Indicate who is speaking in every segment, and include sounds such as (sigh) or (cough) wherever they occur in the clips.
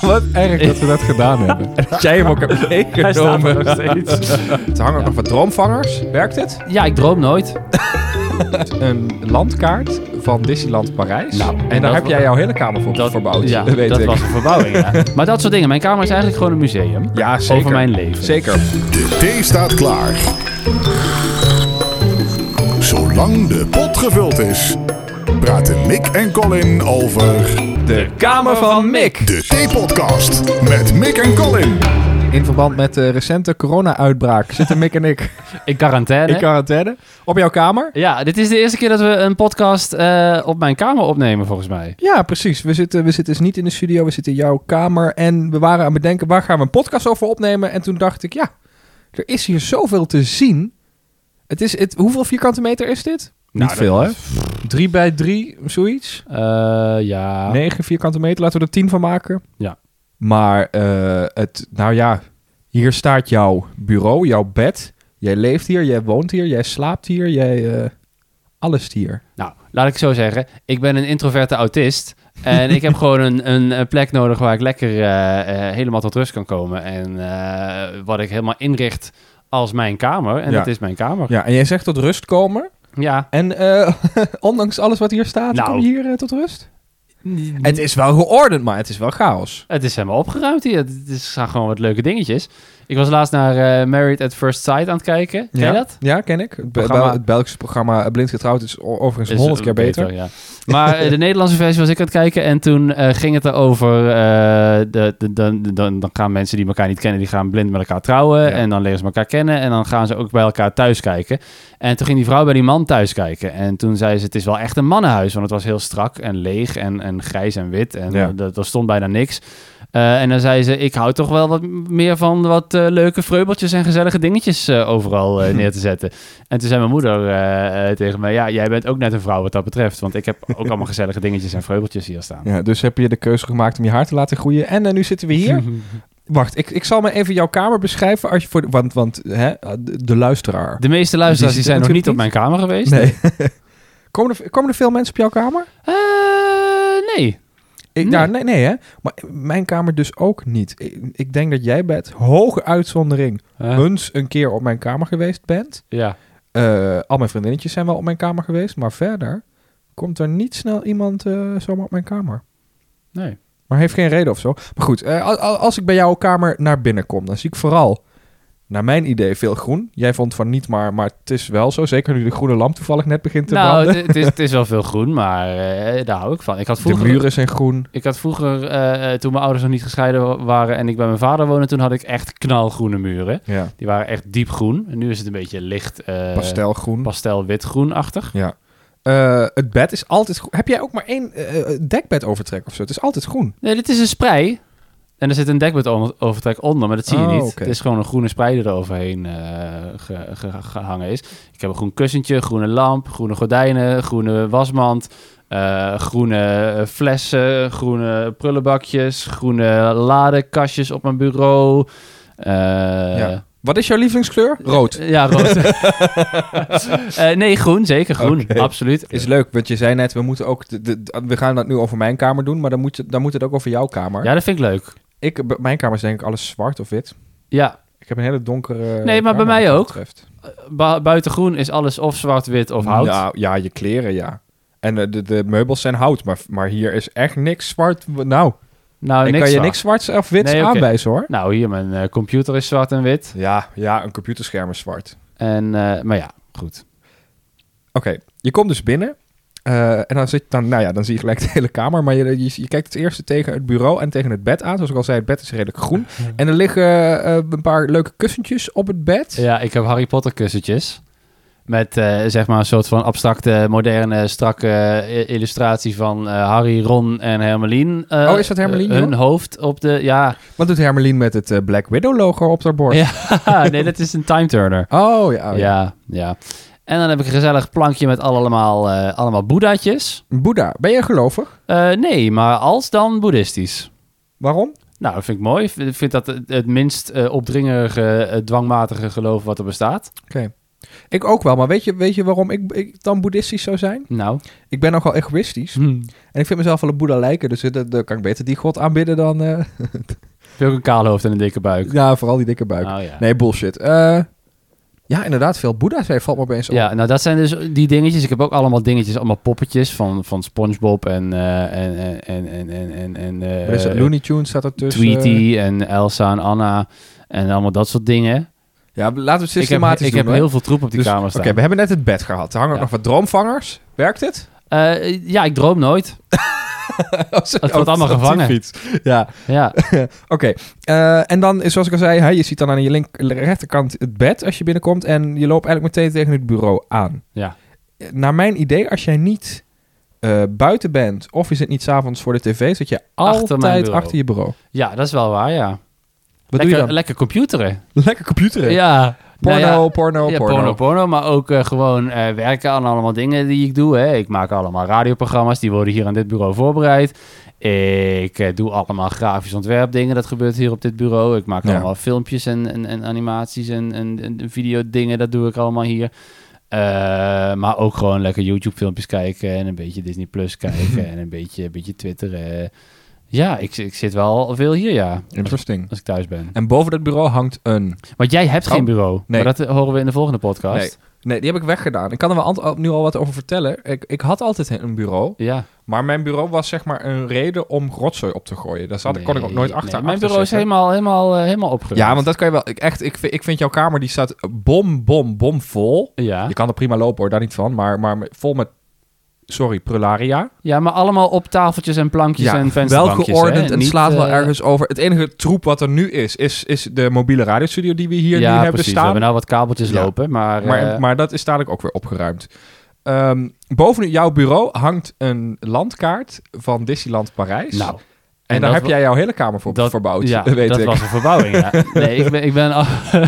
Speaker 1: Wat erg dat we dat gedaan hebben.
Speaker 2: (laughs) Dat jij hem ook hebt
Speaker 3: Hij staat er nog
Speaker 2: meegenomen.
Speaker 3: steeds.
Speaker 2: Er hangen ook nog wat droomvangers. Werkt het?
Speaker 3: Ja, ik droom nooit.
Speaker 2: Een landkaart van Disneyland Parijs.
Speaker 3: Nou,
Speaker 2: en
Speaker 3: dat
Speaker 2: daar heb
Speaker 3: wa-
Speaker 2: jij jouw hele kamer voor verbouwd. (laughs)
Speaker 3: Ja,
Speaker 2: dat weet
Speaker 3: dat
Speaker 2: ik.
Speaker 3: was een verbouwing,
Speaker 2: (laughs)
Speaker 3: ja. Maar dat soort dingen. Mijn kamer is eigenlijk gewoon een museum.
Speaker 2: ja, zeker.
Speaker 3: Over mijn leven.
Speaker 2: Zeker.
Speaker 4: De thee staat klaar. Zolang de pot gevuld is, praten Mick en Colin over
Speaker 2: De kamer van Mick.
Speaker 4: de Theepodcast met Mick en Colin.
Speaker 2: In verband met de recente corona-uitbraak zitten Mick en ik
Speaker 3: In quarantaine.
Speaker 2: in quarantaine. Op jouw kamer?
Speaker 3: Ja, dit is de eerste keer dat we een podcast eh, op mijn kamer opnemen, volgens mij.
Speaker 2: Ja, precies. We zitten, we zitten dus niet in de studio, we zitten in jouw kamer. En we waren aan het bedenken, waar gaan we een podcast over opnemen? En toen dacht ik, ja, er is hier zoveel te zien. Het is, het, hoeveel vierkante meter is dit?
Speaker 3: Niet veel, hè?
Speaker 2: Nou, Drie bij drie, zoiets.
Speaker 3: Eh, ja.
Speaker 2: Negen vierkante meter, laten we er tien van maken.
Speaker 3: Ja.
Speaker 2: Maar, eh, het, nou ja, hier staat jouw bureau, jouw bed. Jij leeft hier, jij woont hier, jij slaapt hier, jij... eh, alles hier.
Speaker 3: Nou, laat ik zo zeggen. Ik ben een introverte autist. En
Speaker 2: (laughs)
Speaker 3: ik heb gewoon een, een eh, plek nodig waar ik lekker eh, eh, helemaal tot rust kan komen. En eh, wat ik helemaal inricht als mijn kamer. En
Speaker 2: Ja.
Speaker 3: dat is mijn kamer.
Speaker 2: Ja, en jij zegt tot rust komen.
Speaker 3: Ja.
Speaker 2: En eh, (laughs) ondanks alles wat hier staat,
Speaker 3: Nou.
Speaker 2: kom je hier eh, tot rust? Het is wel geordend, maar het is wel chaos.
Speaker 3: Het is helemaal opgeruimd hier. Het is- Er staan gewoon wat leuke dingetjes. Ik was laatst naar eh, Married at First Sight aan het kijken. Ken je dat?
Speaker 2: Ja, ken ik. Het, be-
Speaker 3: Programma-
Speaker 2: Bel- het Belgische programma Blind Getrouwd is o- overigens
Speaker 3: eh,
Speaker 2: honderd keer beter.
Speaker 3: ja. Maar eh, de Nederlandse versie was ik aan het kijken. En toen eh, ging het erover... eh de, de, dan- dan, dan gaan mensen die elkaar niet kennen... die gaan blind met elkaar trouwen.
Speaker 2: Ja.
Speaker 3: En dan leren ze elkaar kennen. En dan gaan ze ook bij elkaar thuis kijken. En toen ging die vrouw bij die man thuis kijken. En toen zei ze... het is wel echt een mannenhuis. Want het was heel strak en leeg en, en grijs en wit. En
Speaker 2: Ja.
Speaker 3: er, er stond bijna niks. Eh, en dan zei ze, ik hou toch wel wat meer van wat eh, leuke vreubeltjes en gezellige dingetjes eh,
Speaker 2: (laughs)
Speaker 3: overal eh, neer te zetten. En toen zei mijn moeder eh, eh, tegen mij, ja, jij bent ook net een vrouw wat dat betreft. Want ik heb ook
Speaker 2: (laughs)
Speaker 3: allemaal gezellige dingetjes en vreubeltjes hier staan.
Speaker 2: Ja, dus heb je de keuze gemaakt om je haar te laten groeien. En eh, nu zitten we (laughs) hier. Wacht, ik, ik zal maar even jouw kamer beschrijven. Als je voor de, want want hè, de, de luisteraar.
Speaker 3: De meeste luisteraars
Speaker 2: Dus Die zitten
Speaker 3: die zijn nog niet op
Speaker 2: natuurlijk
Speaker 3: mijn kamer geweest.
Speaker 2: Nee. (laughs) komen, er, komen er veel mensen op jouw kamer?
Speaker 3: Eh, nee.
Speaker 2: Ik,
Speaker 3: Nee.
Speaker 2: nou, nee, nee, hè? Maar mijn kamer dus ook niet. Ik, ik denk dat jij bent, hoge uitzondering,
Speaker 3: Eh,
Speaker 2: eens een keer op mijn kamer geweest bent.
Speaker 3: ja.
Speaker 2: Eh, al mijn vriendinnetjes zijn wel op mijn kamer geweest, maar verder komt er niet snel iemand eh, zomaar op mijn kamer.
Speaker 3: Nee.
Speaker 2: Maar heeft geen reden of zo. Maar goed, eh, al- al- als ik bij jouw kamer naar binnen kom, dan zie ik vooral, naar mijn idee, veel groen. Jij vond van niet, maar, maar het is wel zo. Zeker nu de groene lamp toevallig net begint te
Speaker 3: Nou,
Speaker 2: branden.
Speaker 3: het- het is, het is wel veel groen, maar eh, daar hou ik van. Ik had
Speaker 2: De
Speaker 3: vroeger...
Speaker 2: muren zijn groen.
Speaker 3: Ik had vroeger, eh, eh, toen mijn ouders nog niet gescheiden wa- waren en ik bij mijn vader woonde, toen had ik echt knalgroene muren.
Speaker 2: Ja.
Speaker 3: Die waren echt diep groen. En nu is het een beetje licht eh
Speaker 2: Pastelgroen.
Speaker 3: witgroenachtig.
Speaker 2: ja. Eh, het bed is altijd groen. Heb jij ook maar één eh, eh, dekbed overtrek of zo? Het is altijd groen.
Speaker 3: Nee, dit is een sprei. En er zit een dekbedovertrek onder, maar dat zie je
Speaker 2: Oh,
Speaker 3: niet.
Speaker 2: oké.
Speaker 3: Het is gewoon een groene sprei die er overheen eh, ge- ge- gehangen is. Ik heb een groen kussentje, groene lamp, groene gordijnen, groene wasmand, eh, groene eh, flessen, groene prullenbakjes, groene ladekastjes op mijn bureau. Eh,
Speaker 2: Ja. Wat is jouw lievelingskleur? Rood.
Speaker 3: Ja,
Speaker 2: (laughs)
Speaker 3: rood. Eh, nee, groen, zeker groen. Absoluut.
Speaker 2: Is leuk, want je zei net, we moeten ook. De, de- de- we gaan dat nu over mijn kamer doen, maar dan moet, je, dan moet het ook over jouw kamer.
Speaker 3: Ja, dat vind ik leuk.
Speaker 2: Ik, bij mijn kamer is denk ik alles zwart of wit.
Speaker 3: Ja,
Speaker 2: Ik heb een hele donkere. Nee,
Speaker 3: maar bij mij ook. bu- buiten groen is alles of zwart-wit of hout.
Speaker 2: Nou, ja, je kleren, ja. En eh, de, de meubels zijn hout, maar, maar hier is echt niks zwart. Nou,
Speaker 3: nou,
Speaker 2: ik
Speaker 3: niks
Speaker 2: kan je
Speaker 3: zwart.
Speaker 2: niks zwarts of wits
Speaker 3: Nee, oké.
Speaker 2: aanwijzen hoor.
Speaker 3: Nou, hier, mijn eh, computer is zwart en wit.
Speaker 2: Ja, ja, een computerscherm is zwart.
Speaker 3: En, eh, maar ja, goed.
Speaker 2: Oké, je komt dus binnen. eh, en dan, zit, dan, nou ja, dan zie je gelijk (laughs) de hele kamer. Maar je, je, je kijkt het eerste tegen het bureau en tegen het bed aan. Zoals ik al zei, het bed is redelijk groen. En er liggen eh, een paar leuke kussentjes op het bed.
Speaker 3: Ja, ik heb Harry Potter kussentjes. Met eh, zeg maar een soort van abstracte, moderne, strakke eh, illustratie van eh, Harry, Ron en Hermeline. eh,
Speaker 2: Oh, is dat Hermeline,
Speaker 3: eh, hun
Speaker 2: joh?
Speaker 3: hoofd op de... Ja,
Speaker 2: Wat doet Hermelien met het eh, Black Widow logo op haar borst?
Speaker 3: ja (laughs) nee, dat is een time-turner.
Speaker 2: Oh ja. oh, ja.
Speaker 3: ja, ja. En dan heb ik een gezellig plankje met allemaal, eh allemaal boeddhaatjes.
Speaker 2: Boeddha, ben je gelovig?
Speaker 3: Eh, nee, maar als dan boeddhistisch.
Speaker 2: Waarom?
Speaker 3: Nou, dat vind ik mooi. Ik vind dat het, het minst eh, opdringerige, eh, dwangmatige geloof wat er bestaat.
Speaker 2: Oké. Ik ook wel, maar weet je, weet je waarom ik, ik dan boeddhistisch zou zijn?
Speaker 3: Nou.
Speaker 2: Ik ben nogal egoïstisch. En ik vind mezelf wel een boeddha lijken, dus eh, dan dan kan ik beter die god aanbidden dan... eh,
Speaker 3: Heb je ook een kaal hoofd en een dikke
Speaker 2: (laughs)
Speaker 3: buik?
Speaker 2: ja, vooral die dikke buik.
Speaker 3: Oh, ja.
Speaker 2: Nee, bullshit. Eh, ja, inderdaad, veel boeddha's zijn valt me opeens op.
Speaker 3: Ja, nou dat zijn dus die dingetjes. Ik heb ook allemaal dingetjes, allemaal poppetjes van, van SpongeBob en eh en en en en en en, en eh,
Speaker 2: Wat is dat? Looney Tunes eh? staat ertussen.
Speaker 3: Tweety en Elsa en Anna en allemaal dat soort dingen.
Speaker 2: Ja, laten we het
Speaker 3: Ik heb,
Speaker 2: systematisch
Speaker 3: ik
Speaker 2: doen.
Speaker 3: heb
Speaker 2: hoor.
Speaker 3: heel veel troep op die
Speaker 2: Dus,
Speaker 3: kamer
Speaker 2: Oké,
Speaker 3: staan.
Speaker 2: we hebben net het bed gehad. Er hangen
Speaker 3: Ja.
Speaker 2: ook nog wat droomvangers. Werkt het? (laughs)
Speaker 3: Eh, ja, ik droom nooit.
Speaker 2: Als
Speaker 3: wordt allemaal gevangen.
Speaker 2: Ja, (laughs)
Speaker 3: Ja,
Speaker 2: oké. Eh, en dan, is, zoals ik al zei, hè, je ziet dan aan je link, rechterkant het bed als je binnenkomt. En je loopt eigenlijk meteen tegen het bureau aan.
Speaker 3: ja.
Speaker 2: Eh, Naar mijn idee, als jij niet eh, buiten bent of je zit niet s'avonds voor de tv, zit je
Speaker 3: mijn
Speaker 2: altijd
Speaker 3: bureau.
Speaker 2: achter je bureau. Wat
Speaker 3: ja, dat is wel waar, ja. Wat
Speaker 2: doe
Speaker 3: lekker,
Speaker 2: je dan?
Speaker 3: lekker computeren.
Speaker 2: Lekker computeren.
Speaker 3: Ja.
Speaker 2: Porno,
Speaker 3: Nou ja,
Speaker 2: porno,
Speaker 3: Ja,
Speaker 2: porno,
Speaker 3: porno, porno, maar ook eh, gewoon eh, werken aan allemaal dingen die ik doe. Hè. Ik maak allemaal radioprogramma's, die worden hier aan dit bureau voorbereid. Ik eh, doe allemaal grafisch ontwerpdingen, dat gebeurt hier op dit bureau. Ik maak
Speaker 2: Ja.
Speaker 3: allemaal filmpjes en, en, en animaties en, en, en videodingen, dat doe ik allemaal hier. Eh, maar ook gewoon lekker YouTube-filmpjes kijken en een beetje Disney Plus
Speaker 2: (laughs)
Speaker 3: kijken en een beetje, een beetje twitteren. Ja, ik, ik zit wel veel hier, ja,
Speaker 2: Interesting.
Speaker 3: als ik thuis ben.
Speaker 2: En boven dat bureau hangt een...
Speaker 3: Want jij hebt geen
Speaker 2: Oh,
Speaker 3: bureau,
Speaker 2: nee.
Speaker 3: maar dat eh, horen we in de volgende podcast.
Speaker 2: Nee, die heb ik weggedaan. Ik kan er wel ant- al- nu al wat over vertellen. Ik, ik had altijd een bureau,
Speaker 3: Ja.
Speaker 2: maar mijn bureau was zeg maar een reden om rotzooi op te gooien. Daar zat, ik kon ik ook nooit
Speaker 3: Nee,
Speaker 2: achter.
Speaker 3: nee, Mijn
Speaker 2: achter
Speaker 3: bureau is
Speaker 2: zitten.
Speaker 3: helemaal, helemaal, eh, helemaal opgeruimd.
Speaker 2: Ja, want dat kan je wel. Ik, echt, ik, vind, ik vind jouw kamer die staat bom, bom, bom vol.
Speaker 3: Ja.
Speaker 2: Je kan er prima lopen hoor, daar niet van. Maar, maar met- vol met, sorry, prularia.
Speaker 3: ja, maar allemaal op tafeltjes en plankjes en
Speaker 2: wel
Speaker 3: vensterbankjes.
Speaker 2: geordend
Speaker 3: hè?
Speaker 2: en
Speaker 3: Niet,
Speaker 2: slaat wel
Speaker 3: eh,
Speaker 2: ergens over. Het enige troep wat er nu is, is, is de mobiele radiostudio die we hier
Speaker 3: ja,
Speaker 2: nu hebben
Speaker 3: precies. We
Speaker 2: staan.
Speaker 3: hebben nou wat kabeltjes
Speaker 2: Ja.
Speaker 3: lopen, maar...
Speaker 2: Maar,
Speaker 3: eh,
Speaker 2: maar dat is dadelijk ook weer opgeruimd. Ehm, boven jouw bureau hangt een landkaart van Disneyland Parijs.
Speaker 3: nou,
Speaker 2: en daar
Speaker 3: en dat
Speaker 2: heb
Speaker 3: wa-
Speaker 2: jij jouw hele kamer voor
Speaker 3: dat,
Speaker 2: verbouwd,
Speaker 3: ja,
Speaker 2: (laughs) weet
Speaker 3: dat
Speaker 2: ik.
Speaker 3: was een verbouwing,
Speaker 2: (laughs)
Speaker 3: ja. Nee, ik ben... Ik ben al- (laughs)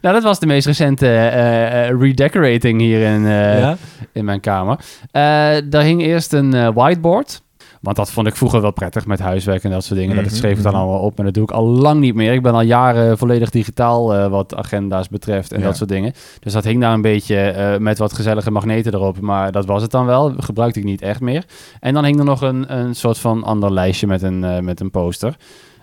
Speaker 3: nou, dat was de meest recente eh, eh, redecorating hier in, eh,
Speaker 2: Ja?
Speaker 3: in mijn kamer. Eh, daar hing eerst een eh, whiteboard. Want dat vond ik vroeger wel prettig met huiswerk en dat soort dingen.
Speaker 2: Mhm,
Speaker 3: dat schreef ik dan
Speaker 2: mhm.
Speaker 3: allemaal op. Maar dat doe ik al lang niet meer. Ik ben al jaren volledig digitaal eh, wat agenda's betreft en
Speaker 2: Ja.
Speaker 3: dat soort dingen. Dus dat hing daar een beetje eh, met wat gezellige magneten erop. Maar dat was het dan wel. Gebruikte ik niet echt meer. En dan hing er nog een, een soort van ander lijstje met een, eh, met een poster.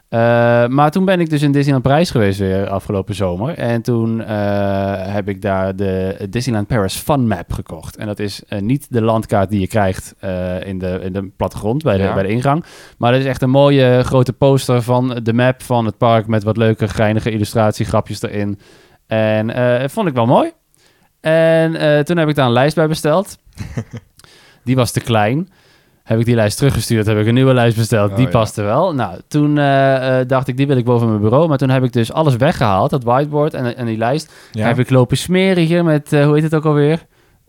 Speaker 3: Eh, maar toen ben ik dus in Disneyland Parijs geweest weer afgelopen zomer. En toen eh, heb ik daar de Disneyland Paris Fun Map gekocht. En dat is eh, niet de landkaart die je krijgt eh, in, de, in de plattegrond bij de,
Speaker 2: Ja.
Speaker 3: bij de ingang. Maar dat is echt een mooie grote poster van de map van het park. Met wat leuke, geinige illustratiegrapjes erin. En eh, dat vond ik wel mooi. En eh, toen heb ik daar een lijst bij
Speaker 2: (laughs)
Speaker 3: besteld. die was te klein. Heb ik die lijst teruggestuurd, heb ik een nieuwe lijst besteld.
Speaker 2: Oh,
Speaker 3: die
Speaker 2: ja.
Speaker 3: paste wel. Nou, toen eh, eh, dacht ik, die wil ik boven mijn bureau. Maar toen heb ik dus alles weggehaald, dat whiteboard en, en die lijst.
Speaker 2: Ja.
Speaker 3: Heb ik lopen smeren hier met, eh, hoe heet het ook alweer?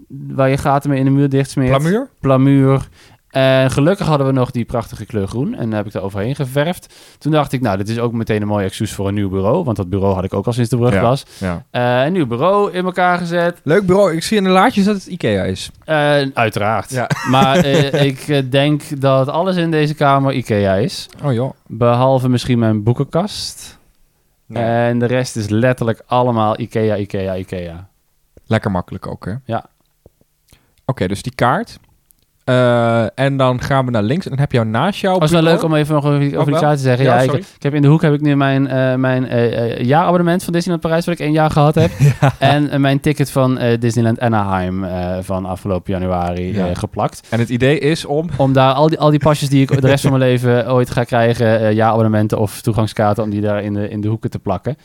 Speaker 3: Waar je gaten mee in de muur dicht smeert.
Speaker 2: Plamuur?
Speaker 3: Plamuur. En gelukkig hadden we nog die prachtige kleur groen. En daar heb ik er overheen geverfd. Toen dacht ik, nou, dit is ook meteen een mooi excuus voor een nieuw bureau. Want dat bureau had ik ook al sinds de brug
Speaker 2: Ja.
Speaker 3: was.
Speaker 2: Ja.
Speaker 3: Eh, een nieuw bureau in elkaar gezet.
Speaker 2: Leuk bureau. Ik zie in de laadjes dat het Ikea is.
Speaker 3: Eh, uiteraard.
Speaker 2: Ja.
Speaker 3: (laughs) Maar eh, ik eh, denk dat alles in deze kamer IKEA is.
Speaker 2: Oh joh.
Speaker 3: Behalve misschien mijn boekenkast.
Speaker 2: Nee.
Speaker 3: En de rest is letterlijk allemaal IKEA, IKEA, IKEA.
Speaker 2: Lekker makkelijk ook, hè?
Speaker 3: Ja.
Speaker 2: Oké, dus die kaart. Eh, en dan gaan we naar links. En dan heb je jou naast jou.
Speaker 3: Was wel
Speaker 2: bureau-
Speaker 3: leuk om even nog over, over die
Speaker 2: wel?
Speaker 3: kaart te zeggen.
Speaker 2: Ja,
Speaker 3: Ja, ik,
Speaker 2: sorry.
Speaker 3: ik heb in de hoek heb ik nu mijn, eh, mijn eh, eh, jaarabonnement van Disneyland Parijs, wat ik één jaar gehad
Speaker 2: (laughs)
Speaker 3: heb. En eh, mijn ticket van eh, Disneyland Anaheim eh, van afgelopen januari
Speaker 2: Ja.
Speaker 3: eh, geplakt.
Speaker 2: En het idee is om.
Speaker 3: om daar al die, al die pasjes die ik de rest van mijn leven ooit ga krijgen, eh, ja, abonnementen of toegangskaarten, om die daar in de, in de hoeken te plakken.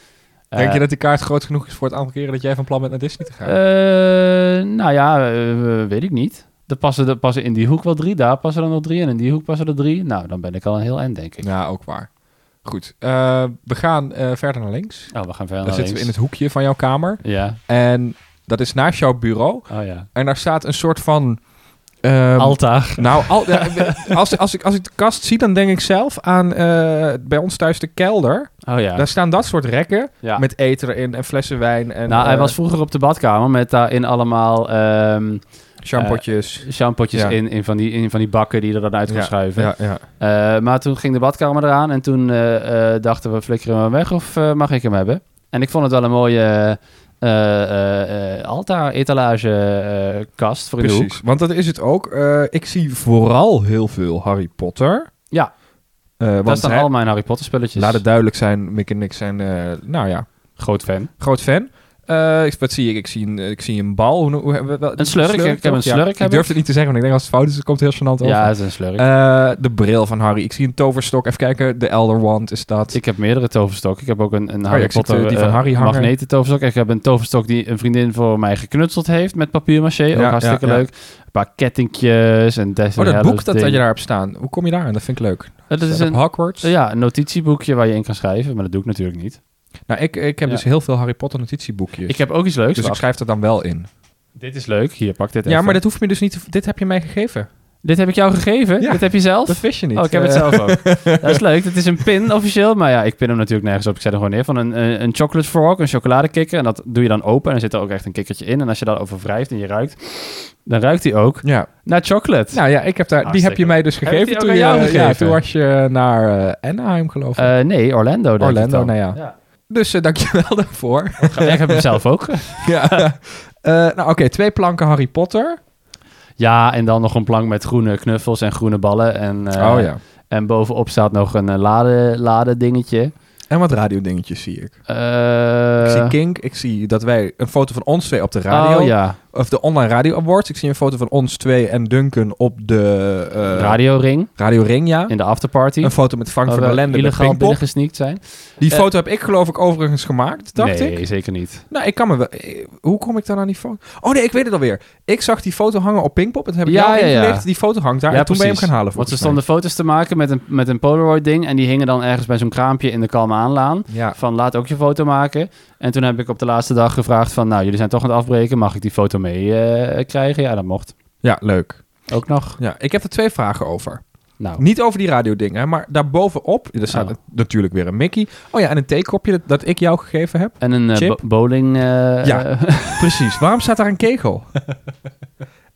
Speaker 3: Eh,
Speaker 2: Denk je dat die kaart groot genoeg is voor het aantal keren dat jij van plan bent naar Disney te gaan?
Speaker 3: eh, nou ja, eh, weet ik niet. Er passen, er passen in die hoek wel drie, daar passen er nog drie en in die hoek passen er drie. Nou, dan ben ik al een heel eind, denk ik.
Speaker 2: Ja, ook waar. Goed. Eh, we gaan eh, verder naar links.
Speaker 3: Oh, we gaan verder
Speaker 2: Dan
Speaker 3: naar
Speaker 2: zitten we in
Speaker 3: links.
Speaker 2: het hoekje van jouw kamer.
Speaker 3: Ja,
Speaker 2: En dat is naast jouw bureau.
Speaker 3: oh ja.
Speaker 2: En daar staat een soort van... ehm,
Speaker 3: Altaar.
Speaker 2: Nou, al, ja, we- als, als, ik, als ik de kast zie, dan denk ik zelf aan eh, bij ons thuis de kelder.
Speaker 3: Oh ja.
Speaker 2: Daar staan dat soort rekken
Speaker 3: ja.
Speaker 2: met eten erin en flessen wijn en
Speaker 3: nou, hij
Speaker 2: eh,
Speaker 3: was vroeger op de badkamer met daarin allemaal ehm
Speaker 2: shampootjes.
Speaker 3: shampootjes
Speaker 2: Ja.
Speaker 3: in, in, van die, in van die bakken die je er dan uit kon
Speaker 2: Ja,
Speaker 3: schuiven.
Speaker 2: ja, ja.
Speaker 3: Eh, maar toen ging de badkamer eraan en toen eh, eh, dachten we, flikkeren we hem weg of eh, mag ik hem hebben? En ik vond het wel een mooie eh, eh, Alta-etalage-kast voor in de hoek.
Speaker 2: Precies, want dat is het ook. Eh, ik zie vooral heel veel Harry Potter.
Speaker 3: Ja.
Speaker 2: Eh,
Speaker 3: Dat
Speaker 2: want
Speaker 3: staan
Speaker 2: hij-
Speaker 3: al mijn Harry Potter spulletjes.
Speaker 2: laat het duidelijk zijn, Mick en ik zijn, eh, nou ja,
Speaker 3: Groot fan.
Speaker 2: groot fan. Eh, ik, wat zie ik? Ik zie een, ik zie een bal. Hoe, hoe, hoe- wel-
Speaker 3: Een slurk, ik heb
Speaker 2: toch?
Speaker 3: een slurk,
Speaker 2: ik
Speaker 3: heb
Speaker 2: durf
Speaker 3: ik.
Speaker 2: het niet te zeggen, want ik denk als het fout is, het komt heel gênant over.
Speaker 3: Ja, het is een slurk.
Speaker 2: Eh, de bril van Harry. Ik zie een toverstok. Even kijken, de Elder Wand is dat.
Speaker 3: ik heb meerdere toverstokken. Ik heb ook een, een
Speaker 2: ja,
Speaker 3: Harry
Speaker 2: ik zie
Speaker 3: Potter
Speaker 2: het, eh, die van
Speaker 3: eh,
Speaker 2: Harry hangen.
Speaker 3: magneten toverstok. Ik heb een toverstok die een vriendin voor mij geknutseld heeft met papier maché. Ook
Speaker 2: Ja,
Speaker 3: hartstikke
Speaker 2: ja, ja.
Speaker 3: leuk. Een paar kettingjes en
Speaker 2: oh,
Speaker 3: Destiny
Speaker 2: dat
Speaker 3: Hallows
Speaker 2: boek dat,
Speaker 3: ding.
Speaker 2: dat je daar hebt staan. Hoe kom je daar aan? Dat vind ik leuk.
Speaker 3: Eh, Dat is
Speaker 2: Staat
Speaker 3: een,
Speaker 2: op Hogwarts.
Speaker 3: ja, een notitieboekje waar je in kan schrijven. Maar dat doe ik natuurlijk niet.
Speaker 2: Nou, ik, ik heb
Speaker 3: Ja.
Speaker 2: dus heel veel Harry Potter notitieboekjes.
Speaker 3: Ik heb ook iets leuks.
Speaker 2: dus ik
Speaker 3: Wacht,
Speaker 2: schrijf er dan wel in.
Speaker 3: Dit is leuk. Hier, pak dit
Speaker 2: Ja,
Speaker 3: even.
Speaker 2: maar dat hoef je dus niet te... Dit heb je mij gegeven.
Speaker 3: Dit heb ik jou gegeven?
Speaker 2: Ja.
Speaker 3: Dit heb je zelf?
Speaker 2: Dat wist je niet.
Speaker 3: Oh, ik heb het
Speaker 2: Eh, (laughs)
Speaker 3: zelf ook. Dat is leuk. Het is een pin officieel. Maar ja, ik pin hem natuurlijk nergens op. Ik zet hem gewoon neer van een, eh, een, een chocolate frog, een chocoladekikker. En dat doe je dan open. En er zit er ook echt een kikkertje in. En als je daarover wrijft en je ruikt, dan ruikt hij ook
Speaker 2: Ja,
Speaker 3: naar chocolate.
Speaker 2: nou ja, ik heb daar, die heb je
Speaker 3: Hartstikke
Speaker 2: mij dus
Speaker 3: leuk. Heb ik
Speaker 2: gegeven.
Speaker 3: die ook
Speaker 2: Toen,
Speaker 3: aan
Speaker 2: je,
Speaker 3: jou
Speaker 2: Ja,
Speaker 3: gegeven?
Speaker 2: toen was je naar eh, Anaheim, geloof ik.
Speaker 3: Eh, nee, Orlando. denk ik
Speaker 2: Orlando,
Speaker 3: dan.
Speaker 2: nou ja.
Speaker 3: Ja.
Speaker 2: Dus eh, (laughs) dankjewel daarvoor.
Speaker 3: Ik heb hem zelf ook. (laughs)
Speaker 2: (laughs) ja. Eh, nou oké, twee planken Harry Potter.
Speaker 3: Ja, en dan nog een plank met groene knuffels en groene ballen. En, eh,
Speaker 2: Oh,
Speaker 3: en bovenop staat nog een eh, lade, lade dingetje.
Speaker 2: En wat radiodingetjes zie ik.
Speaker 3: Eh,
Speaker 2: ik zie Kink, ik zie dat wij een foto van ons twee op de radio.
Speaker 3: Oh ja,
Speaker 2: Of de online radio awards. Ik zie een foto van ons twee en Duncan op de eh,
Speaker 3: radioring
Speaker 2: Radio Ring, ja.
Speaker 3: in de afterparty.
Speaker 2: Een foto met Frank
Speaker 3: Waar
Speaker 2: van
Speaker 3: we
Speaker 2: der Lende met
Speaker 3: Oh, illegaal
Speaker 2: Pinkpop.
Speaker 3: binnengesneakt zijn.
Speaker 2: Die
Speaker 3: Eh,
Speaker 2: foto heb ik geloof ik overigens gemaakt, dacht
Speaker 3: nee,
Speaker 2: ik.
Speaker 3: zeker niet.
Speaker 2: Nou, ik kan me wel... eh, Hoe kom ik dan aan die foto? Oh nee, ik weet het alweer. Ik zag die foto hangen op Pinkpop. En toen heb ik
Speaker 3: Ja,
Speaker 2: jou
Speaker 3: ja, ja.
Speaker 2: ingelicht. Die foto hangt daar.
Speaker 3: Ja,
Speaker 2: en toen ben je
Speaker 3: precies.
Speaker 2: hem gaan halen
Speaker 3: Want ze
Speaker 2: volgens
Speaker 3: stonden foto's te maken met een, met een Polaroid ding. En die hingen dan ergens bij zo'n kraampje in de Kalme Aanlaan.
Speaker 2: mij. Ja.
Speaker 3: Van laat ook je foto maken. En toen heb ik op de laatste dag gevraagd van... Nou, jullie zijn toch aan het afbreken. Mag ik die foto mee eh, krijgen? Ja, dat mocht.
Speaker 2: ja, leuk.
Speaker 3: Ook nog.
Speaker 2: Ja, ik heb er twee vragen over.
Speaker 3: Nou,
Speaker 2: Niet over die radiodingen, maar daarbovenop... Er staat
Speaker 3: Oh.
Speaker 2: natuurlijk weer een Mickey. Oh ja, en een theekopje dat, dat ik jou gegeven heb.
Speaker 3: en een eh,
Speaker 2: Chip?
Speaker 3: bo- bowling... eh,
Speaker 2: Ja.
Speaker 3: eh,
Speaker 2: Precies. Waarom staat daar een kegel?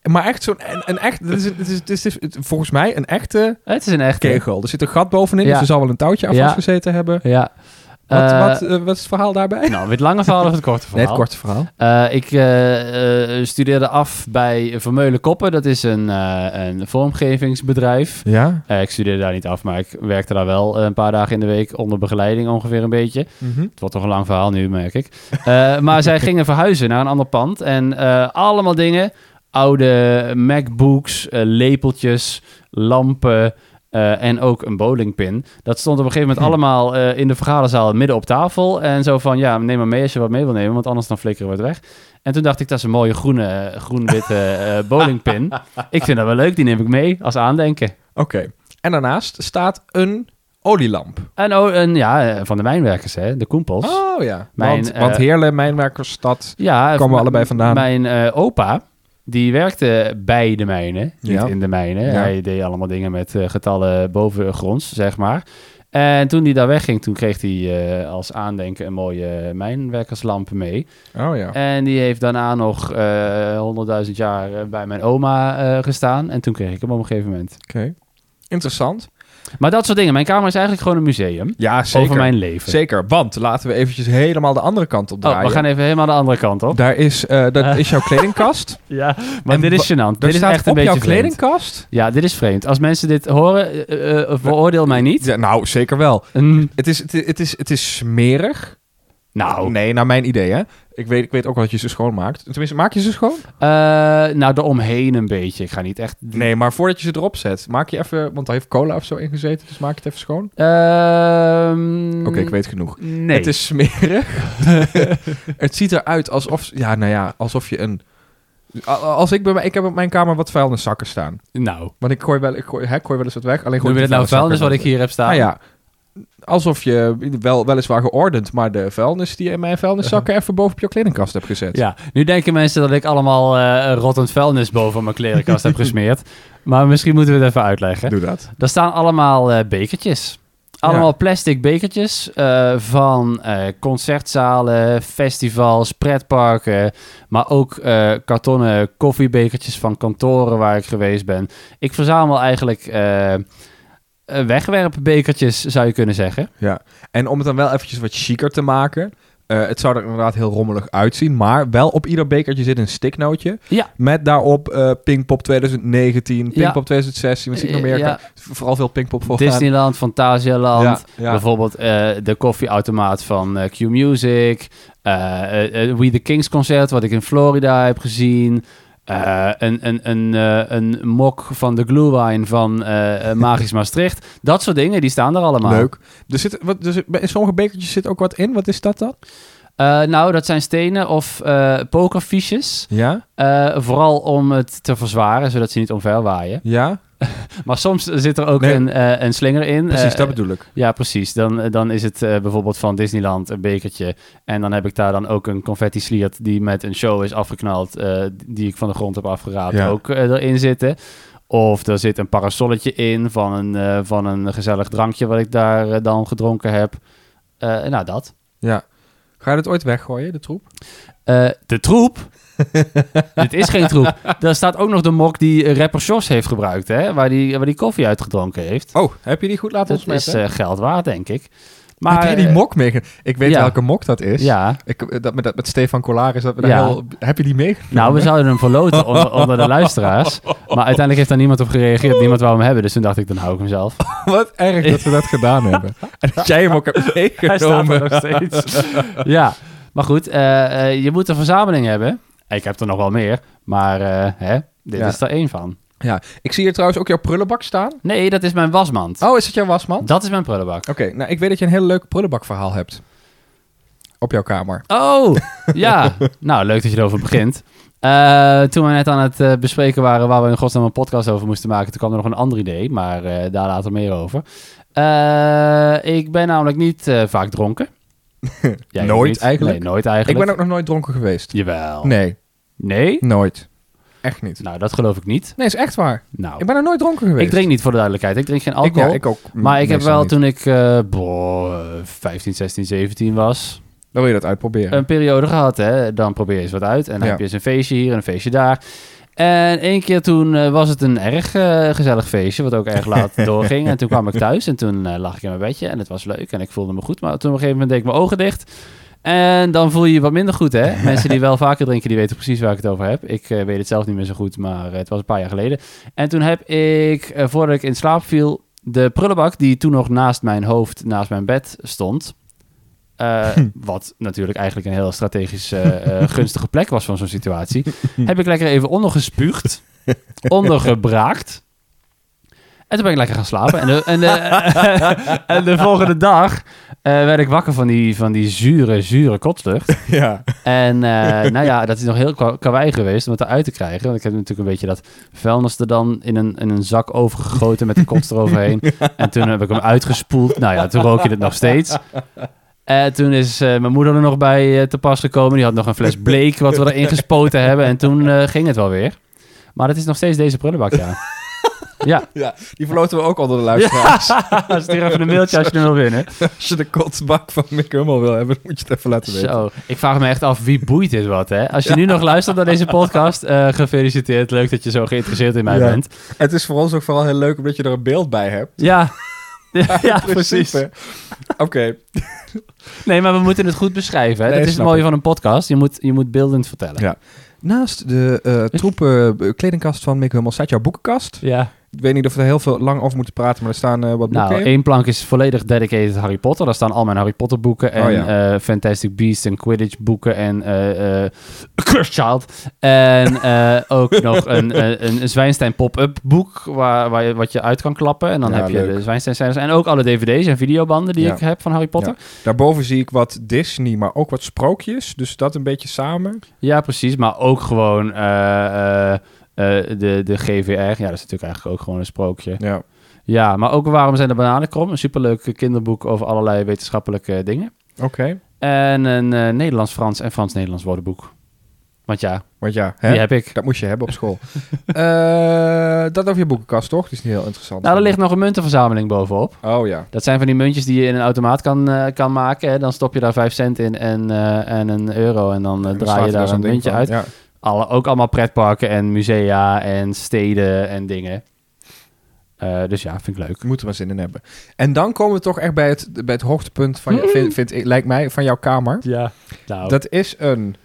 Speaker 2: maar echt zo'n... Een, een echt... Dit is, dit is, dit is, dit is volgens mij een echte
Speaker 3: (laughs) het is een echte.
Speaker 2: kegel. Er zit een gat bovenin,
Speaker 3: Ja.
Speaker 2: dus er zal wel een touwtje aan
Speaker 3: Ja.
Speaker 2: vastgezeten hebben.
Speaker 3: Ja.
Speaker 2: Wat,
Speaker 3: Eh,
Speaker 2: wat, eh, wat is het verhaal daarbij?
Speaker 3: nou, het lange verhaal of het korte verhaal?
Speaker 2: Nee, het korte verhaal.
Speaker 3: Eh, ik eh, eh, studeerde af bij Vermeulen Koppen. Dat is een, eh, een vormgevingsbedrijf.
Speaker 2: Ja.
Speaker 3: Eh, ik studeerde daar niet af, maar ik werkte daar wel eh, een paar dagen in de week onder begeleiding ongeveer een beetje. Het wordt toch een lang verhaal nu, merk ik. Eh, maar zij gingen verhuizen naar een ander pand en eh, allemaal dingen. Oude MacBooks, eh, lepeltjes, lampen eh, en ook een bowlingpin. Dat stond op een gegeven moment allemaal eh, in de vergaderzaal midden op tafel. En zo van, ja, neem maar mee als je wat mee wil nemen, want anders dan flikkeren we het weg. En toen dacht ik, dat is een mooie groene, eh, groen-witte eh, bowlingpin. Ik vind dat wel leuk, die neem ik mee als aandenken.
Speaker 2: Oké. En daarnaast staat een olielamp.
Speaker 3: En, oh, en ja, eh, van de mijnwerkers, hè, de Koempels.
Speaker 2: Oh ja.
Speaker 3: Mijn,
Speaker 2: want,
Speaker 3: eh,
Speaker 2: want Heerlen, Mijnwerkersstad.
Speaker 3: Ja,
Speaker 2: Komen we
Speaker 3: m-
Speaker 2: allebei vandaan.
Speaker 3: Mijn eh, opa, die werkte bij de mijnen, niet
Speaker 2: Ja.
Speaker 3: in de mijnen.
Speaker 2: Ja.
Speaker 3: Hij deed allemaal dingen met eh, getallen bovengronds, zeg maar. En toen hij daar wegging, toen kreeg hij eh, als aandenken een mooie mijnwerkerslamp mee.
Speaker 2: Oh ja.
Speaker 3: En die heeft daarna nog eh 100.000 jaar eh, bij mijn oma eh, gestaan. En toen kreeg ik hem op een gegeven moment.
Speaker 2: Oké. Interessant.
Speaker 3: Maar dat soort dingen. Mijn kamer is eigenlijk gewoon een museum
Speaker 2: Ja, zeker.
Speaker 3: over mijn leven.
Speaker 2: Zeker. Want laten we eventjes helemaal de andere kant op draaien.
Speaker 3: Oh, we gaan even helemaal de andere kant op.
Speaker 2: Daar is, eh, dat is jouw
Speaker 3: (laughs)
Speaker 2: kledingkast.
Speaker 3: Ja, maar
Speaker 2: En
Speaker 3: dit
Speaker 2: wa-
Speaker 3: is gênant.
Speaker 2: Daar
Speaker 3: Dit is
Speaker 2: staat
Speaker 3: echt een
Speaker 2: op
Speaker 3: beetje
Speaker 2: jouw
Speaker 3: vreemd.
Speaker 2: kledingkast.
Speaker 3: Ja, dit is vreemd. Als mensen dit horen, eh, eh, veroordeel mij niet.
Speaker 2: Ja, nou, zeker wel.
Speaker 3: Mm,
Speaker 2: Het is, het, is- het is, het is smerig.
Speaker 3: nou,
Speaker 2: Nee, naar mijn idee, hè. Ik weet, ik weet ook wel dat je ze schoonmaakt. Tenminste, maak je ze schoon?
Speaker 3: eh, nou, eromheen een beetje. Ik ga niet echt...
Speaker 2: Nee, maar voordat je ze erop zet, maak je even... Want daar heeft cola of zo in gezeten, dus maak het even schoon.
Speaker 3: Ehm,
Speaker 2: Oké, ik weet genoeg.
Speaker 3: Nee.
Speaker 2: Het is smerig. (laughs) het ziet eruit alsof... Ja, nou ja, alsof je een... a- Als ik bij mij... Ik heb op mijn kamer wat vuilniszakken staan.
Speaker 3: Nou,
Speaker 2: Want ik gooi wel, ik gooi, hè, ik gooi wel eens wat weg. Alleen gooi
Speaker 3: noem je
Speaker 2: ik
Speaker 3: dit
Speaker 2: die
Speaker 3: nou vuilnis wat ik
Speaker 2: vuilniszakken
Speaker 3: hier heb staan?
Speaker 2: Nou ja, alsof je wel, weliswaar geordend... maar de vuilnis die in mijn vuilniszakken... even boven op je kledingkast hebt gezet.
Speaker 3: Uh-huh. Ja, nu denken mensen dat ik allemaal eh, rottend vuilnis boven mijn
Speaker 2: (laughs)
Speaker 3: klerenkast heb gesmeerd. Maar misschien moeten we het even uitleggen.
Speaker 2: Doe dat.
Speaker 3: Daar staan allemaal eh, bekertjes. Allemaal plastic bekertjes eh, van eh, concertzalen, festivals, pretparken. Maar ook eh, kartonnen koffiebekertjes van kantoren waar ik geweest ben. Ik verzamel eigenlijk eh, eh, wegwerpbekertjes, zou je kunnen zeggen.
Speaker 2: Ja. En om het dan wel eventjes wat chiquer te maken... eh, Eh, het zou er inderdaad heel rommelig uitzien. Maar wel op ieder bekertje zit een sticknootje.
Speaker 3: Ja.
Speaker 2: Met daarop eh Pinkpop 2019, Pinkpop
Speaker 3: Ja. Eh,
Speaker 2: 2016. Misschien nog meer.
Speaker 3: Ja.
Speaker 2: Vooral veel Pinkpop volgens mij.
Speaker 3: Disneyland, Fantasialand.
Speaker 2: eh, Ja, ja.
Speaker 3: Bijvoorbeeld eh, de koffieautomaat van eh, Q Music. eh, eh, eh, We the Kings concert, wat ik in Florida heb gezien. eh, een, een, een, eh, een mok van de glue wine van eh, eh,
Speaker 2: (laughs)
Speaker 3: Magisch Maastricht. Dat soort dingen, die staan er allemaal.
Speaker 2: Leuk. Er zit, wat, er zit- in sommige bekertjes zit ook wat in. Wat is dat dan?
Speaker 3: Eh, nou, dat zijn stenen of eh pokerfiches.
Speaker 2: Ja,
Speaker 3: Eh, vooral om het te verzwaren, zodat ze niet omver waaien.
Speaker 2: ja.
Speaker 3: Maar soms zit er ook
Speaker 2: Nee.
Speaker 3: een, eh, een slinger in.
Speaker 2: Precies,
Speaker 3: Eh,
Speaker 2: dat bedoel ik.
Speaker 3: Ja, precies. Dan, eh, dan is het eh, bijvoorbeeld van Disneyland een bekertje. En dan heb ik daar dan ook een confetti sliert die met een show is afgeknald. eh, die ik van de grond heb afgeraapt.
Speaker 2: Ja.
Speaker 3: Ook eh, erin zitten. Of er zit een parasolletje in van een, eh, van een gezellig drankje wat ik daar eh, dan gedronken heb. Eh, nou, dat.
Speaker 2: Ja. Ga je dat ooit weggooien, de troep?
Speaker 3: Eh, de
Speaker 2: (laughs)
Speaker 3: troep. Dit is geen troep. Daar staat ook nog de mok die eh, rapper Jos heeft gebruikt. Hè? Waar, die, waar die koffie uitgedronken heeft.
Speaker 2: Oh, heb je die goed laten
Speaker 3: Dat is
Speaker 2: ontsmetten?
Speaker 3: eh, geld waard, denk ik. Maar, eh,
Speaker 2: Maar, heb je die mok meegenomen? Ik weet
Speaker 3: ja.
Speaker 2: welke mok dat is.
Speaker 3: Ja.
Speaker 2: Ik, eh, dat, met, dat, met Stefan Colaris, dat we daar
Speaker 3: Ja.
Speaker 2: heel, heb je die meegenomen?
Speaker 3: Nou, we zouden hem
Speaker 2: (laughs)
Speaker 3: verloten onder, onder de luisteraars. Maar uiteindelijk heeft daar niemand op gereageerd. Niemand wou hem hebben. Dus toen dacht ik, dan hou ik hem
Speaker 2: (laughs)
Speaker 3: zelf.
Speaker 2: Wat erg dat we dat gedaan hebben. En dat jij hem ook hebt meegenomen.
Speaker 3: nog steeds. Ja, maar goed. eh, eh, je moet een verzameling hebben. Ik heb er nog wel meer. Maar eh, hè, dit
Speaker 2: Ja.
Speaker 3: is er één van.
Speaker 2: Ja, (laughs) ik zie hier trouwens ook jouw prullenbak staan.
Speaker 3: Nee, dat is mijn wasmand.
Speaker 2: Oh, is het jouw wasmand?
Speaker 3: Dat is mijn prullenbak.
Speaker 2: Oké, nou ik weet dat je een heel leuk prullenbakverhaal hebt. Op jouw kamer.
Speaker 3: Oh,
Speaker 2: (laughs)
Speaker 3: ja. Nou, leuk dat je erover begint. Eh, toen we net aan het eh, bespreken waren waar we in godsnaam een podcast over moesten maken, toen kwam er nog een ander idee, maar eh, daar later meer over. Eh, ik ben namelijk niet eh, vaak
Speaker 2: (laughs)
Speaker 3: dronken. Jij ook
Speaker 2: Nooit
Speaker 3: niet.
Speaker 2: eigenlijk?
Speaker 3: Nee, nooit
Speaker 2: Ik
Speaker 3: eigenlijk.
Speaker 2: ben ook nog nooit dronken geweest.
Speaker 3: Jawel.
Speaker 2: Nee,
Speaker 3: Nee?
Speaker 2: nooit. Echt niet.
Speaker 3: Nou, dat geloof ik niet.
Speaker 2: Nee, is echt waar.
Speaker 3: Nou,
Speaker 2: Oh. Ik
Speaker 3: ik,
Speaker 2: ben nog nooit dronken geweest.
Speaker 3: drink niet voor de duidelijkheid. Ik drink geen
Speaker 2: Ik,
Speaker 3: alcohol.
Speaker 2: ja, ik ook.
Speaker 3: maar ik heb
Speaker 2: meestal
Speaker 3: wel
Speaker 2: niet.
Speaker 3: toen ik eh, boh, eh, 15, 16, 17 was,
Speaker 2: Dan wil je dat uitproberen.
Speaker 3: een periode gehad, hè. Dan probeer je eens wat uit. En dan
Speaker 2: Oh, Ja.
Speaker 3: heb je eens een feestje hier en een feestje daar. En één keer toen eh, was het een erg eh, gezellig feestje, wat ook erg laat doorging. En toen kwam ik thuis en toen eh, lag ik in mijn bedje en het was leuk en ik voelde me goed. Maar toen op een gegeven moment deed ik mijn ogen dicht. En dan voel je je wat minder goed, hè? Mensen die wel vaker drinken, die weten precies waar ik het over heb. Ik eh, weet het zelf niet meer zo goed, maar eh, het was een paar jaar geleden. En toen heb ik, eh, voordat ik in slaap viel, de prullenbak die toen nog naast mijn hoofd, naast mijn bed stond. eh, wat natuurlijk eigenlijk een heel strategisch eh, eh, gunstige plek was van zo'n situatie. heb ik lekker even ondergespuugd, ondergebraakt. En toen ben ik lekker gaan slapen. En de, en de, (laughs) en de volgende dag eh, werd ik wakker van die, van die zure, zure kotslucht.
Speaker 2: Ja.
Speaker 3: En eh, nou ja, dat is nog heel kwa- kawaii geweest om het eruit te krijgen. Want ik heb natuurlijk een beetje dat vuilnis er dan in een, in een zak overgegoten met de kots eroverheen. En toen heb ik hem uitgespoeld. Nou ja, toen rook je het nog steeds. Eh, toen is eh, mijn moeder er nog bij eh, te pas gekomen. Die had nog een fles bleek wat we erin gespoten hebben. En toen eh, ging het wel weer. Maar het is nog steeds deze prullenbak, ja. Ja,
Speaker 2: ja, die verloten we ook onder de luisteraars.
Speaker 3: stuur even een mailtje als je hem wil winnen.
Speaker 2: (laughs) Als je de kotsbak van Mick Hummel wil hebben, dan moet je het even laten weten.
Speaker 3: Zo, ik vraag me echt af, wie boeit dit wat, hè? Als je nu nog luistert naar deze podcast, eh, gefeliciteerd. Leuk dat je zo geïnteresseerd in mij
Speaker 2: Ja.
Speaker 3: bent.
Speaker 2: Het is voor ons ook vooral heel leuk omdat je er een beeld bij hebt. (laughs)
Speaker 3: Ja, ja,
Speaker 2: Precies.
Speaker 3: precies.
Speaker 2: Oké,
Speaker 3: Nee, maar we moeten het goed beschrijven, hè?
Speaker 2: Nee,
Speaker 3: dat is het
Speaker 2: snap
Speaker 3: mooie
Speaker 2: ik.
Speaker 3: van een podcast. Je moet, je moet beeldend vertellen.
Speaker 2: Ja. naast de eh troepen eh, kledingkast van Mick Hummel staat jouw boekenkast.
Speaker 3: Ja.
Speaker 2: Ik weet niet of we er heel veel lang over moeten praten, maar er staan eh, wat boeken
Speaker 3: Nou,
Speaker 2: in.
Speaker 3: één plank is volledig dedicated Harry Potter. Daar staan al mijn Harry Potter boeken en
Speaker 2: Oh ja.
Speaker 3: eh, Fantastic Beasts en Quidditch boeken en eh eh Cursed Child. En eh,
Speaker 2: (laughs)
Speaker 3: ook nog een, eh, een, een Zwijnstein pop-up boek waar, waar je, wat je uit kan klappen. En dan
Speaker 2: Ja,
Speaker 3: heb je
Speaker 2: leuk.
Speaker 3: de Zwijnstein scènes en ook alle dvd's en videobanden die
Speaker 2: Ja.
Speaker 3: ik heb van Harry Potter.
Speaker 2: Daarboven zie ik wat Disney, maar ook wat sprookjes. Dus dat een beetje samen.
Speaker 3: Ja, precies. Maar ook gewoon eh, eh, eh, de, de GVR. Ja, dat is natuurlijk eigenlijk ook gewoon een sprookje.
Speaker 2: Ja.
Speaker 3: Ja, maar ook Waarom zijn de bananen krom? Een superleuk kinderboek over allerlei wetenschappelijke dingen.
Speaker 2: Oké.
Speaker 3: En een eh, Nederlands-Frans en Frans-Nederlands woordenboek. Want ja,
Speaker 2: Want ja, hè?
Speaker 3: die heb ik.
Speaker 2: dat moest je hebben op school. (laughs) Eh, dat over je boekenkast, toch? Die is niet heel interessant.
Speaker 3: Nou, er ligt nog een muntenverzameling bovenop.
Speaker 2: Oh ja.
Speaker 3: Dat zijn van die muntjes die je in een automaat kan, eh, kan maken. Hè. Dan stop je daar 5 cent in en, eh, en een euro. En dan eh,
Speaker 2: Dan slaat
Speaker 3: draai
Speaker 2: er
Speaker 3: je daar
Speaker 2: zo'n
Speaker 3: een
Speaker 2: ding
Speaker 3: muntje
Speaker 2: van.
Speaker 3: uit.
Speaker 2: Ja.
Speaker 3: Alle, ook allemaal pretparken en musea en steden en dingen. Eh, dus ja, vind ik leuk.
Speaker 2: Ik moet er maar zin in
Speaker 3: (laughs)
Speaker 2: hebben. En dan komen we toch echt bij het, bij het hoogtepunt van, je, vind, vind, ik- lijkt mij, van jouw kamer.
Speaker 3: Ja. Nou,
Speaker 2: Dat is een...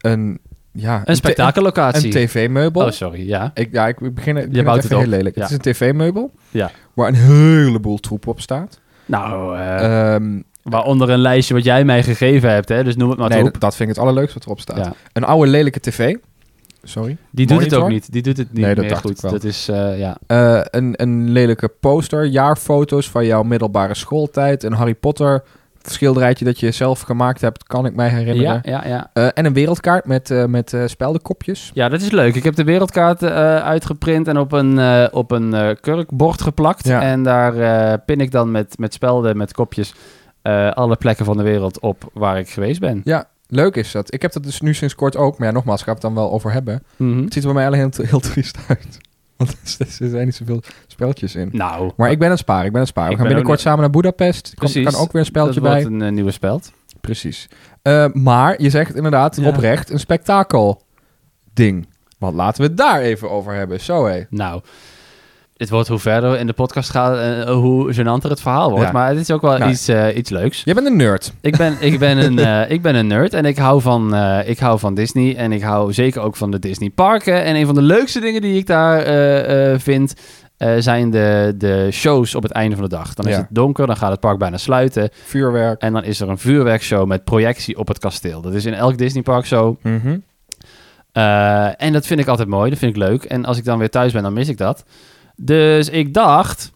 Speaker 2: een ja,
Speaker 3: een
Speaker 2: t- Een
Speaker 3: spektakellocatie.
Speaker 2: tv-meubel.
Speaker 3: oh, sorry, ja.
Speaker 2: ik, ja, ik begin, ik
Speaker 3: bouwt
Speaker 2: begin het
Speaker 3: het
Speaker 2: even
Speaker 3: op.
Speaker 2: heel lelijk.
Speaker 3: Ja.
Speaker 2: Het is een tv-meubel
Speaker 3: Ja.
Speaker 2: waar een heleboel troep op staat.
Speaker 3: Nou, eh,
Speaker 2: Ehm,
Speaker 3: waaronder een lijstje wat jij mij gegeven hebt, hè? dus noem het maar
Speaker 2: nee,
Speaker 3: op.
Speaker 2: dat, dat vind ik het allerleukste wat erop staat.
Speaker 3: Ja.
Speaker 2: Een oude lelijke tv. Sorry.
Speaker 3: Die doet het
Speaker 2: monitor?
Speaker 3: ook niet. Die doet het niet
Speaker 2: Nee, dat
Speaker 3: meer
Speaker 2: dacht
Speaker 3: goed.
Speaker 2: ik wel.
Speaker 3: Dat is, eh, ja.
Speaker 2: Eh, een, een lelijke poster, jaarfoto's van jouw middelbare schooltijd, een Harry Potter schilderijtje dat je zelf gemaakt hebt, kan ik mij herinneren.
Speaker 3: Ja, ja, ja.
Speaker 2: Eh, en een wereldkaart met, eh met eh, speldenkopjes.
Speaker 3: ja, dat is leuk. Ik heb de wereldkaart eh, uitgeprint en op een, eh, op een eh, kurkbord geplakt.
Speaker 2: Ja.
Speaker 3: En daar eh, pin ik dan met, met spelden, met kopjes, eh, alle plekken van de wereld op waar ik geweest ben.
Speaker 2: Ja, leuk is dat. Ik heb dat dus nu sinds kort ook, maar ja, nogmaals, ga ik het dan wel over hebben.
Speaker 3: Mhm.
Speaker 2: Het ziet er bij mij alleen heel, heel triest uit. Want (laughs) er zijn niet zoveel speltjes in.
Speaker 3: Nou,
Speaker 2: Maar ik ben aan het sparen, ik ben aan het sparen.
Speaker 3: Ik
Speaker 2: We gaan
Speaker 3: ben
Speaker 2: binnenkort
Speaker 3: ook
Speaker 2: samen naar Budapest. Er
Speaker 3: Precies.
Speaker 2: kan ook weer een speltje
Speaker 3: dat
Speaker 2: bij.
Speaker 3: wordt een eh, nieuwe speld.
Speaker 2: Precies. Eh, maar je zegt het inderdaad
Speaker 3: Ja.
Speaker 2: oprecht een spektakel ding. Want laten we het daar even over hebben. Zo hé.
Speaker 3: Nou, het wordt hoe verder in de podcast gaat, eh, hoe gênanter het verhaal wordt.
Speaker 2: Ja.
Speaker 3: Maar het is ook wel
Speaker 2: Nou.
Speaker 3: iets, eh, iets leuks.
Speaker 2: Jij bent een nerd.
Speaker 3: Ik ben, ik, ben een, eh, ik ben een nerd en ik hou, van, eh, ik hou van Disney. En ik hou zeker ook van de Disney parken. En een van de leukste dingen die ik daar eh, eh, vind... eh, zijn de, de shows op het einde van de dag. Dan is
Speaker 2: Ja.
Speaker 3: het donker, dan gaat het park bijna sluiten.
Speaker 2: Vuurwerk.
Speaker 3: En dan is er een vuurwerkshow met projectie op het kasteel. Dat is in elk Disneypark zo.
Speaker 2: Mhm.
Speaker 3: Eh, en dat vind ik altijd mooi, dat vind ik leuk. En als ik dan weer thuis ben, dan mis ik dat. Dus ik dacht,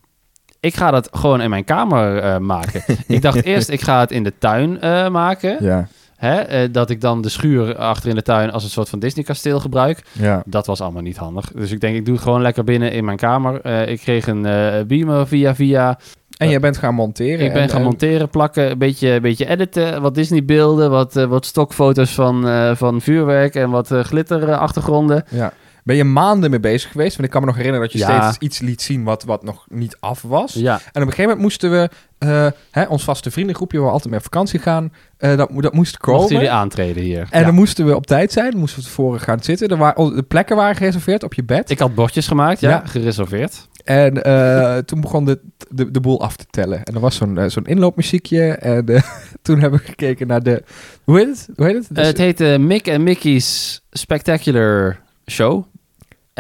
Speaker 3: ik ga dat gewoon in mijn kamer eh, maken. ik dacht eerst, ik ga het in de tuin eh, maken.
Speaker 2: Ja.
Speaker 3: Hè? eh, dat ik dan de schuur achter in de tuin als een soort van Disney-kasteel gebruik.
Speaker 2: ja.
Speaker 3: Dat was allemaal niet handig. Dus ik denk, ik doe het gewoon lekker binnen in mijn kamer. Eh, ik kreeg een eh beamer via via.
Speaker 2: En jij bent gaan monteren.
Speaker 3: Ik ben
Speaker 2: en- eh,
Speaker 3: gaan
Speaker 2: en-
Speaker 3: monteren, plakken, een beetje, een beetje editen. Wat Disney-beelden, wat, eh, wat stokfoto's van, eh, van vuurwerk en wat eh, glitterachtergronden.
Speaker 2: Ja. Ben je maanden mee bezig geweest? Want ik kan me nog herinneren dat je
Speaker 3: Ja.
Speaker 2: steeds iets liet zien wat, wat nog niet af was.
Speaker 3: Ja,
Speaker 2: En op een gegeven moment moesten we, eh, hè, ons vaste vriendengroepje, waar we altijd mee op vakantie gaan, eh, dat, mo- dat moest komen.
Speaker 3: mochten jullie aantreden hier.
Speaker 2: En
Speaker 3: Ja.
Speaker 2: dan moesten we op tijd zijn, moesten we tevoren gaan zitten. Er waren, de plekken waren gereserveerd op je bed.
Speaker 3: Ik had bordjes gemaakt, ja,
Speaker 2: Ja.
Speaker 3: gereserveerd.
Speaker 2: En eh, toen begon de, de, de boel af te tellen. En er was zo'n eh, zo'n inloopmuziekje. En eh, (laughs) toen hebben we gekeken naar de... Hoe heet het? Hoe heet het?
Speaker 3: Eh,
Speaker 2: Dus-
Speaker 3: het heette Mick en Mickey's Spectacular Show.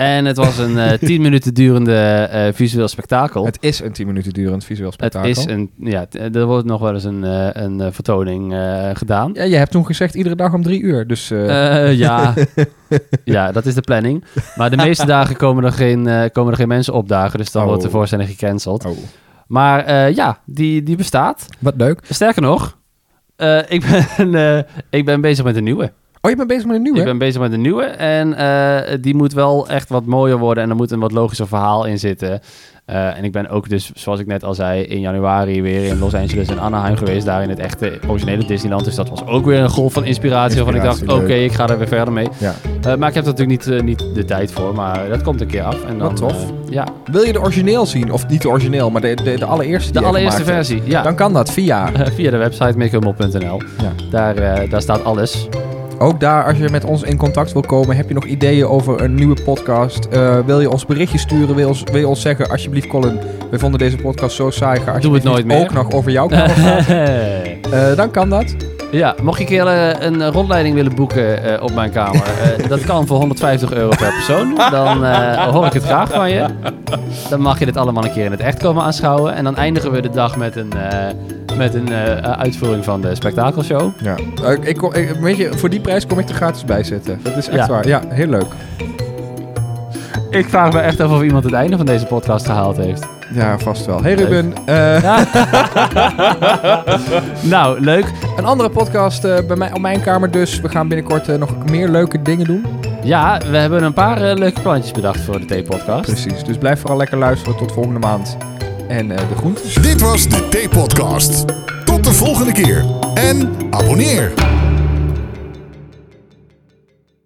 Speaker 3: En het was een eh
Speaker 2: (laughs)
Speaker 3: 10 minuten durende eh, visueel spektakel. Het,
Speaker 2: het is een 10 minuten durend visueel spektakel.
Speaker 3: is een, ja, t- er wordt nog wel eens een, eh, een eh, vertoning eh, gedaan.
Speaker 2: Ja, je hebt toen gezegd iedere dag om drie uur. Dus eh,
Speaker 3: Eh, ja. ja, dat is de planning. Maar de meeste dagen komen er geen, eh, komen er geen mensen opdagen, dus dan
Speaker 2: Oh.
Speaker 3: wordt de voorstelling gecanceld.
Speaker 2: oh.
Speaker 3: Maar eh, ja, die, die bestaat.
Speaker 2: wat leuk.
Speaker 3: Sterker nog, eh, ik, ben, (laughs) eh, ik ben bezig met een nieuwe.
Speaker 2: Oh, je bent bezig met een nieuwe?
Speaker 3: Ik ben bezig met een nieuwe. En eh, die moet wel echt wat mooier worden. En er moet een wat logischer verhaal in zitten. Eh, en ik ben ook dus, zoals ik net al zei, in januari weer in Los Angeles en Anaheim geweest. Daar in het echte originele Disneyland. Dus dat was ook weer een golf van inspiratie. Waarvan ik dacht, oké,
Speaker 2: Inspiratie, leuk.
Speaker 3: ik ga er weer verder mee.
Speaker 2: Ja.
Speaker 3: Eh, maar ik heb er natuurlijk niet, eh, niet de tijd voor. Maar dat komt een keer af. En dan,
Speaker 2: Wat tof.
Speaker 3: eh, ja,
Speaker 2: Wil je de origineel zien? Of niet de origineel, maar de, de, de allereerste
Speaker 3: de
Speaker 2: die je
Speaker 3: allereerste
Speaker 2: gemaakt hebt?
Speaker 3: versie. Ja.
Speaker 2: Dan kan dat via.
Speaker 3: (laughs) Via de website makehummel.nl.
Speaker 2: Ja.
Speaker 3: Daar, eh, daar staat
Speaker 2: (laughs)
Speaker 3: alles. (laughs)
Speaker 2: Ook daar, als je met ons in contact wil komen, heb je nog ideeën over een nieuwe podcast? eh, wil je ons berichtjes sturen? Wil je ons, wil je ons zeggen, alsjeblieft Colin, we vonden deze podcast zo saai. Ga
Speaker 3: Doe het
Speaker 2: alsjeblieft
Speaker 3: nooit
Speaker 2: niet
Speaker 3: meer.
Speaker 2: ook nog over
Speaker 3: (laughs)
Speaker 2: jou komen. Eh, dan kan dat.
Speaker 3: Ja, mocht je een keer eh, een rondleiding willen boeken eh, op mijn kamer, (laughs) eh, dat kan voor 150 euro per persoon. Dan eh, hoor ik het graag van je. Dan mag je dit allemaal een keer in het echt komen aanschouwen. En dan eindigen we de dag met een, eh, met een eh, uitvoering van de spektakelshow.
Speaker 2: Ja. Eh, ik, kom- ik- weet je, voor die prijs kom ik er gratis bij zitten. Dat is echt
Speaker 3: Ja.
Speaker 2: waar. Ja, heel leuk.
Speaker 3: Ik vraag me echt af of iemand het einde van deze podcast gehaald heeft.
Speaker 2: Ja, vast wel. Hey Ruben, eh,
Speaker 3: Nou, leuk.
Speaker 2: een andere podcast eh, bij mij op mijn kamer dus. We gaan binnenkort eh, nog meer leuke dingen doen.
Speaker 3: Ja, we hebben een paar eh, leuke plantjes bedacht voor de T-podcast.
Speaker 2: Precies, dus blijf vooral lekker luisteren. Tot volgende maand. En eh, de groenten.
Speaker 4: Dit was de T-podcast. Tot de volgende keer en abonneer.